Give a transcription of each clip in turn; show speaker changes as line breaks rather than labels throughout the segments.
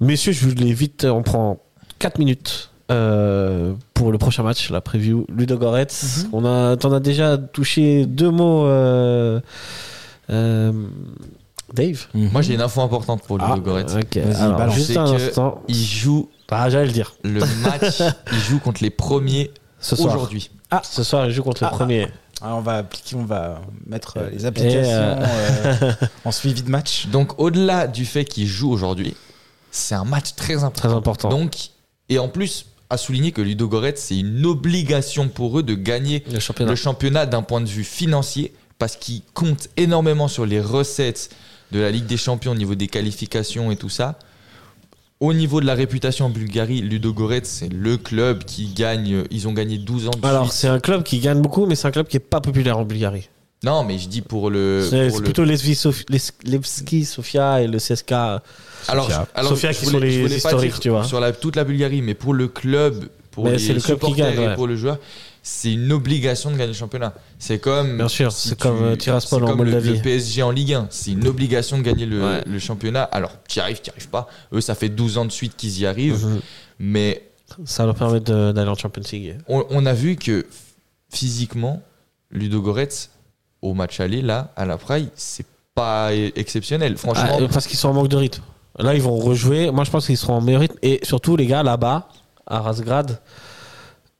Messieurs, je voulais vite, on prend 4 minutes euh, pour le prochain match, la preview Ludo
Mhm.
Goretz. On a, t'en as déjà touché deux mots, euh, euh, Dave.
Moi, j'ai une info importante pour Ludo
Ah,
Goretz.
ok.
Vas-y,
Alors,
balance.
juste
C'est
un
que
instant.
Il joue
Ah, j'allais le dire.
le match, il joue contre les premiers
Ce soir.
aujourd'hui.
Ah, ce soir, il joue contre
Ah,
le premier.
Alors, on va appliquer, on va mettre euh, les applications euh, en suivi de match.
Donc, au-delà du fait qu'il joue aujourd'hui, c'est un match très important.
Très important.
Donc, et en plus, à souligner que Ludo Goretz, c'est une obligation pour eux de gagner
le championnat.
le championnat d'un point de vue financier parce qu'il compte énormément sur les recettes de la Ligue des Champions au niveau des qualifications et tout ça. Au niveau de la réputation en Bulgarie, Ludogorets, c'est le club qui gagne. Ils ont gagné 12 ans de
Alors,
suite.
c'est un club qui gagne beaucoup, mais c'est un club qui est pas populaire en Bulgarie.
Non, mais je dis pour le.
c'est
Euh, pour
c'est
le-
plutôt Levski, Sof- Les- Levski, Sofia et le CSK.
Alors,
Sofia.
je- alors,
Sofia
je
qui
voulais-
sont les
je voulais pas
historiques,
dire
tu vois.
Sur la, toute la Bulgarie, mais pour le club, pour
Mais
les
c'est le club qui
supporters
gagne,
et
ouais.
pour le joueur, c'est une obligation de gagner le championnat. C'est comme.
Bien sûr,
si
c'est
tu-
comme, euh, Tiraspol
c'est
en
comme le-
Moldavie.
Le, PSG en Ligue 1, c'est une obligation de gagner le,
Ouais.
le championnat. Alors, tu y arrives, tu y arrives pas. Eux, ça fait 12 ans de suite qu'ils y
Mhm.
arrivent. Mais
Ça leur permet de- d'aller en Champions League.
on, on a vu que physiquement, Ludo Goretz, au match aller, là, à la Praille, c'est pas exceptionnel. Franchement,
Ah, euh, parce qu'ils sont en manque de rythme. Là, ils vont rejouer. Moi, je pense qu'ils seront en meilleur rythme. Et surtout, les gars, là-bas, à Razgrad,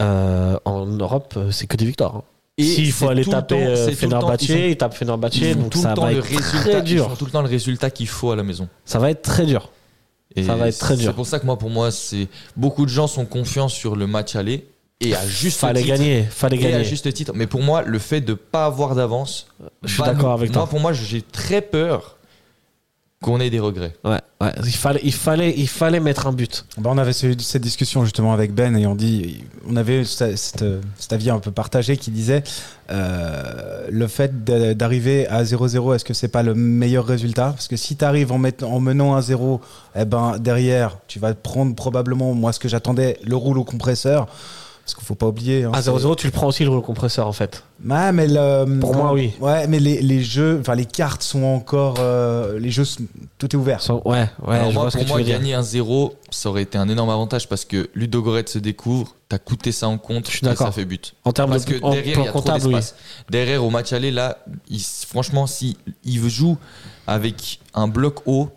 euh, en Europe, euh, c'est que des victoires. hein.
Et
S'il faut
c'est
aller
tout le temps-
taper euh,
c'est tout le temps-
Fenerbahçe,
ils ont-
ils, tapent Fenerbahçe,
ils ont
donc
tout
ça
le temps
va
le
être très
résultat. Ils
dur.
ont tout le temps le résultat qu'il faut à la maison.
Ça va être très dur.
Et
Ça va être très dur.
C'est pour ça que moi, pour moi, c'est beaucoup de gens sont confiants sur le match aller et à juste
Fallait
titre.
gagner, fallait
Et à
gagner.
juste titre. Mais pour moi, le fait de pas avoir d'avance,
Je suis
va
d'accord
nous-
avec
moi,
toi.
pour moi, j'ai très peur qu'on ait des regrets.
Ouais, ouais. Il fallait, il fallait, il fallait mettre un but.
Bah, on avait ce- cette discussion justement avec Ben et on dit, on avait ce- cette, euh, cet avis un peu partagé qui disait euh, le fait d'a- d'arriver à 0-0, est-ce que c'est pas le meilleur résultat Parce que si tu arrives en, mettant- en menant à 0, eh ben derrière, tu vas prendre probablement, moi ce que j'attendais, le rouleau compresseur. Parce qu'il faut pas oublier. hein,
À
c'est-
0-0, tu le prends aussi le compresseur en fait.
Ouais, mais le-
Pour moi, oui.
Ouais, mais les, les jeux, enfin les cartes sont encore, euh, les jeux, sont- tout est ouvert.
Sans- Ouais, ouais,
Ah. Alors
je
moi,
vois ce
pour
que tu
moi,
veux dire.
gagner un 0 ça aurait été un énorme avantage parce que Ludogorets se découvre, t'as coûté ça en compte,
suis
et
d'accord.
ça fait but.
En termes
Parce
de
que
en
derrière,
plan
il y a trop
comptable, oui.
d'espace. Derrière, au match aller, là, il- franchement, si il joue avec un bloc haut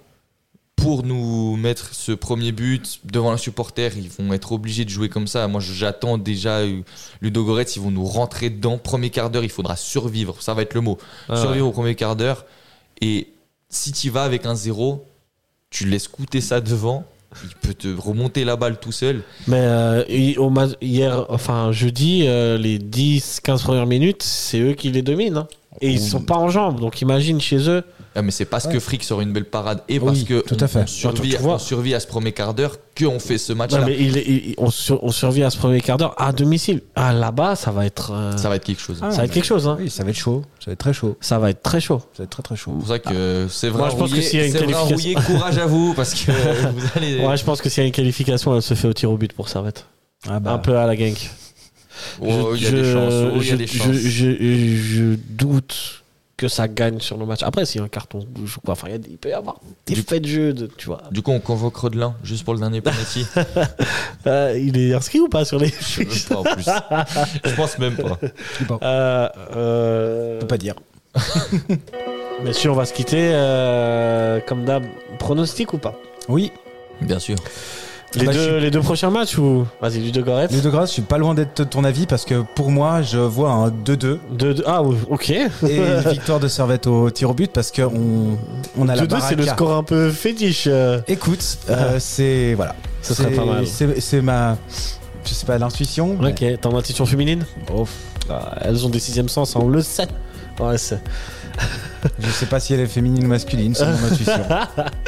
pour nous mettre ce premier but devant les supporters, ils vont être obligés de jouer comme ça. Moi, j'attends déjà euh, Ludo Goretz, ils vont nous rentrer dedans. Premier quart d'heure, il faudra survivre. Ça va être le mot.
Ah ouais.
survivre au premier quart d'heure. Et si tu vas avec un zéro, tu laisses coûter ça devant. Il peut te remonter la balle tout seul.
Mais euh, hi- au ma- hier, enfin jeudi, euh, les 10-15 premières minutes, c'est eux qui les dominent. hein. Et ils sont pas en jambes, donc imagine chez eux.
Ah, mais c'est parce
Ouais.
que Frick sort une belle parade et
Oui,
parce que
tout
on-
à fait.
on survit,
Bah, tu vois.
on survit à ce premier quart d'heure qu'on fait ce
Non,
match-là.
mais il, il- on, sur- on survit à ce premier quart d'heure à domicile. Ah, là-bas, ça va être, euh,
Ça va être quelque chose.
Ah,
ça va être quelque chose. hein.
Oui, ça va être chaud, ça va être très chaud,
Ça va être très chaud.
ça va être très très chaud.
C'est pour ça que c'est vrai,
Moi, je pense
rouillé,
que s'il y a une
c'est vrai,
qualification-
rouillé, courage à vous parce que vous allez.
Ouais, je pense que s'il y a une qualification, elle se fait au tir au but pour Servette.
Ah bah.
Un peu à la gank.
Oh, il y a des chances. oh, il y a des chances.
je, je- je doute que ça gagne sur le match. Après, s'il y a un carton rouge ou quoi, enfin, il y a des- il peut y avoir des
Du-
faits de jeu, de- tu vois.
Du coup, on convoque Rodelin juste pour le dernier penalty.
Euh, il est inscrit ou pas sur les
je sais même pas en plus. Je pense même pas.
Euh, euh,
On peut pas dire.
Messieurs, on va se quitter. euh, comme d'hab, pronostic ou pas
Oui,
Bien sûr.
les,
Bah, je
deux,
suis-
les deux prochains matchs ou Vas-y, Ludo Goretz.
Ludo Grasse, je suis pas loin d'être de ton avis parce que pour moi, je vois un 2-2
Deux- deux- Ah, oui, ok.
et une victoire de Servette au tir au but parce que on, on a la
2-2, c'est le
baraka.
score un peu fétiche. euh.
Écoute, euh, c'est voilà,
Ce serait
C'est-
pas mal.
C'est c'est ma, je sais pas l'intuition. mais-
Ok, t'as une intuition féminine
Oh,
Ah, Elles ont des sixièmes sens, hein, on le sait. On le sait.
je sais pas si elle est féminine ou masculine, c'est mon intuition.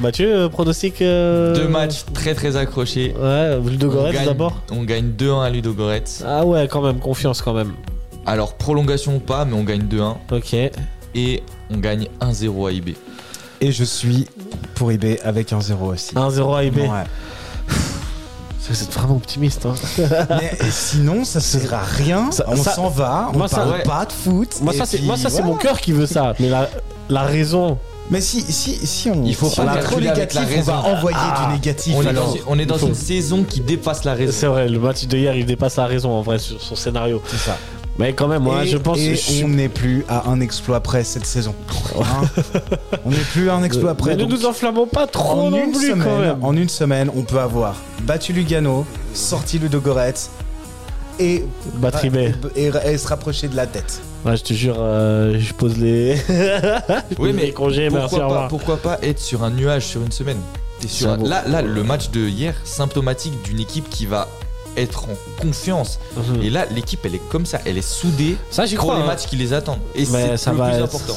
Mathieu, euh, pronostic euh,
Deux matchs très très accrochés.
Ouais, Ludo
On
Goretz
gagne-
d'abord
On gagne 2-1 à Ludo Goretz.
Ah ouais, quand même, confiance quand même.
Alors, prolongation ou pas, mais on gagne 2-1.
Ok.
Et on gagne 1-0 à IB.
Et je suis pour IB avec un 0 aussi.
1-0 à IB.
Ouais.
Vous êtes vraiment optimiste. Hein.
Mais sinon, ça sert à rien.
Ça-
on
ça-
s'en va. On
moi, ça-
parle
ouais.
pas de foot.
Moi,
et
ça, c'est
puis
moi, ça, c'est
voilà.
mon cœur qui veut ça. Mais la, la raison
Mais si, si, si on,
Il faut
si on est
pas
trop
calculer avec
négatif,
la
on va
raison.
envoyer
Ah,
du négatif.
On est
alors.
dans, on est dans
il faut.
une saison qui dépasse la
C'est
raison.
vrai, le match de hier, il dépasse la raison en vrai sur son scénario.
C'est ça.
Mais quand même, moi,
et,
je pense
et
que je suis-
on n'est plus à un exploit près cette saison. Hein on n'est plus à un exploit près.
Euh, Mais ne
donc
nous enflammons pas trop
en
non
une
plus quand
semaine,
même.
en une semaine, on peut avoir battu Lugano, sorti Ludogorets et
Batterie Bay.
et, et se rapprocher de la tête.
Bah, Ouais, je te jure, euh, je pose les. je pose
Oui, mais
les congés, merci, au
Pourquoi pas,
revoir.
pourquoi pas être sur un nuage sur une semaine T'es sur
C'est
un-
beau.
là, là, le match de hier, symptomatique d'une équipe qui va être en confiance.
Mhm.
Et là, l'équipe, elle est comme ça, elle est soudée
Ça, j'y
pour
crois.
les
hein.
matchs qui les attendent. Et
Mais
c'est
ça
le
va
plus
être-
important.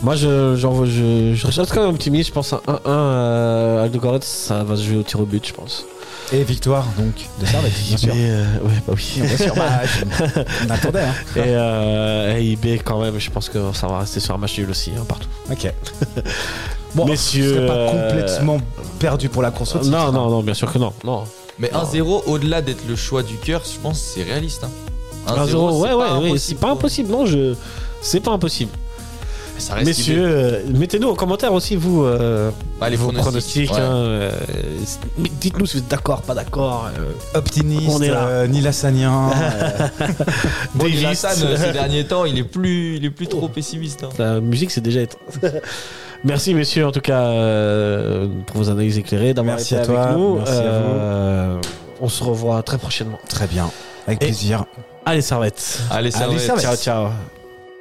Moi, je, j'en- je, je reste quand même optimiste. Je pense à 1-1 euh, à Ludogorets, ça va se jouer au tir au but, je pense.
Et victoire donc de Servette, bien Ah, sûr.
Mais, euh, ouais, bah oui.
Bien sûr, bah, on attendait. Hein.
Et euh, AIB, quand même, je pense que ça va rester sur un match nul aussi, hein, partout.
Ok. Bon,
Messieurs,
je serais pas
euh,
complètement perdu pour la course au titre. hein.
Non, non, non, bien sûr que non. non.
Mais 1-0, au-delà d'être le choix du cœur, je pense que c'est réaliste. hein.
1-0, ouais,
c'est
ouais,
pas
ouais,
impossible,
c'est pas
quoi.
impossible. Non, je. C'est pas impossible.
Ça reste
Messieurs, euh, mettez-nous en commentaire aussi, vous, euh,
Ah, les
vos
pronostics,
pronostics.
ouais.
hein, euh, mais dites-nous si vous êtes d'accord, pas d'accord. euh,
Optimiste,
On est là.
euh, nilassanien, euh,
Bon,
Davis.
Jonathan, euh, ces derniers temps, il est plus, il est plus trop pessimiste. hein.
La musique, c'est déjà être. Merci, messieurs, en tout cas, euh, pour vos analyses éclairées, d'avoir
Merci
été
à toi,
avec nous.
merci à
Euh, On se revoit très prochainement.
Très bien. Avec
Et-
plaisir.
Allez, servette.
Allez, ça
Allez,
va être-
ça va.
Ciao, ciao.